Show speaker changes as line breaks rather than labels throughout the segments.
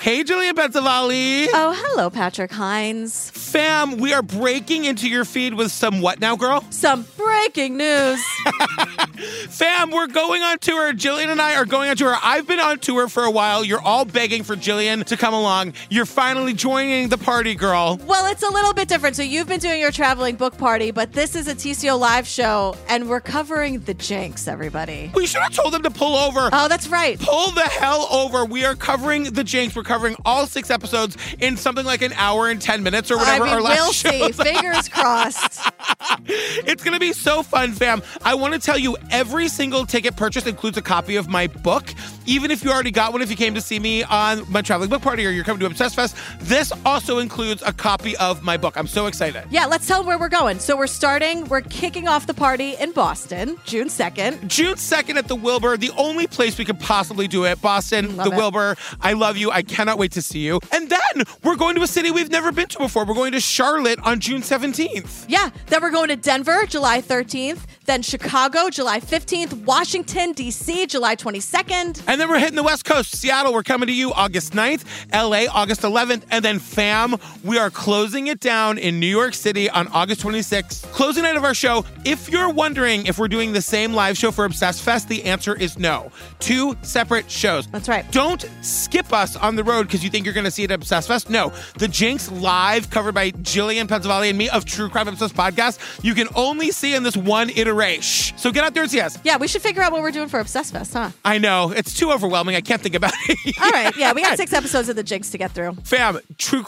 Hey, Julia Benzavalli.
Oh, hello, Patrick Hines.
Fam, we are breaking into your feed with some what now, girl?
Some breaking news.
Fam, we're going on tour. Jillian and I are going on tour. I've been on tour for a while. You're all begging for Jillian to come along. You're finally joining the party, girl.
well, it's a little bit different. So you've been doing your traveling book party, but this is a TCO live show, and we're covering the jinx, everybody.
We should have told them to pull over.
Oh, that's right.
Pull the hell over. We are covering the Jinx. We're covering all six episodes in something like an hour and 10 minutes or
I
whatever
mean,
our last
we'll
show
see. Fingers crossed.
It's going to be so fun, fam. I want to tell you every single ticket purchase includes a copy of my book. Even if you already got one, if you came to see me on my traveling book party or you're coming to Obsessed Fest, this also includes a copy of my book. I'm so excited.
Yeah, let's tell 'em where we're going. So we're starting, we're kicking off the party in Boston, June 2nd.
June 2nd at the Wilbur, the only place we could possibly do it. Boston,
Love
the
it.
Wilbur. I love you. I cannot wait to see you. And then we're going to a city we've never been to before. We're going to Charlotte on June 17th.
Yeah, then we're going to Denver, July 13th, then Chicago, July 15th, Washington, D.C., July 22nd.
And then we're hitting the West Coast. Seattle, we're coming to you August 9th, LA, August 11th. And then, fam, we are closing it down in New York City on August 26th. Closing night of our show. If you're wondering if we're doing the same live show for Obsessed Fest, the answer is no. Two separate shows.
That's right.
Don't skip us on the road because you think you're going to see it at Obsessed Fest. No. The Jinx Live, covered by Jillian Pensavalli and me of True Crime Obsessed Podcast, you can only see in this one iteration. So get out there and see us.
Yeah, we should figure out what we're doing for Obsessed Fest, huh?
I know. It's too overwhelming. I can't think about it.
All right, yeah, we got six episodes of The Jinx to get through.
Fam,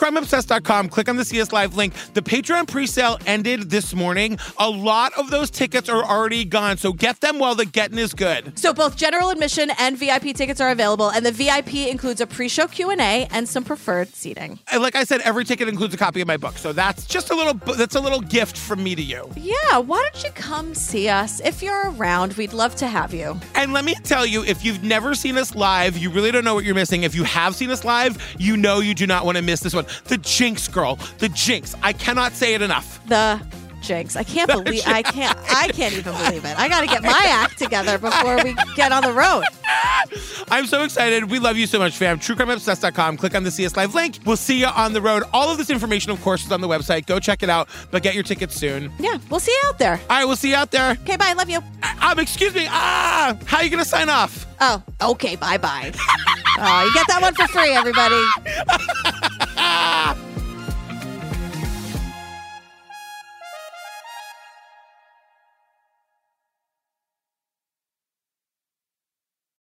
truecrimeobsessed.com. Click on the CS Live link. The Patreon presale ended this morning. A lot of those tickets are already gone, so get them while the getting is good.
So both general admission and VIP tickets are available, and the VIP includes a pre-show Q&A and some preferred seating.
And like I said, every ticket includes a copy of my book, so that's just a little. That's a little gift from me to you.
Yeah, why don't you come see us? If you're around, we'd love to have you.
And let me tell you, if you've never seen us live, you really don't know what you're missing. If you have seen us live, you know you do not want to miss this one. The Jinx girl, the Jinx. I cannot say it enough.
The Jinx. I can't believe I can't I can't even believe it. I got to get my act together before we get on the road.
I'm so excited. We love you so much, fam. TrueCrimeObsessed.com. Click on the CS Live link. We'll see you on the road. All of this information, of course, is on the website. Go check it out, but get your tickets soon.
Yeah, we'll see you out there.
All right, we'll see you out there.
Okay, bye. Love you.
Um, excuse me. Ah, how are you going to sign off?
Oh, okay. Bye-bye. Oh, you get that one for free, everybody.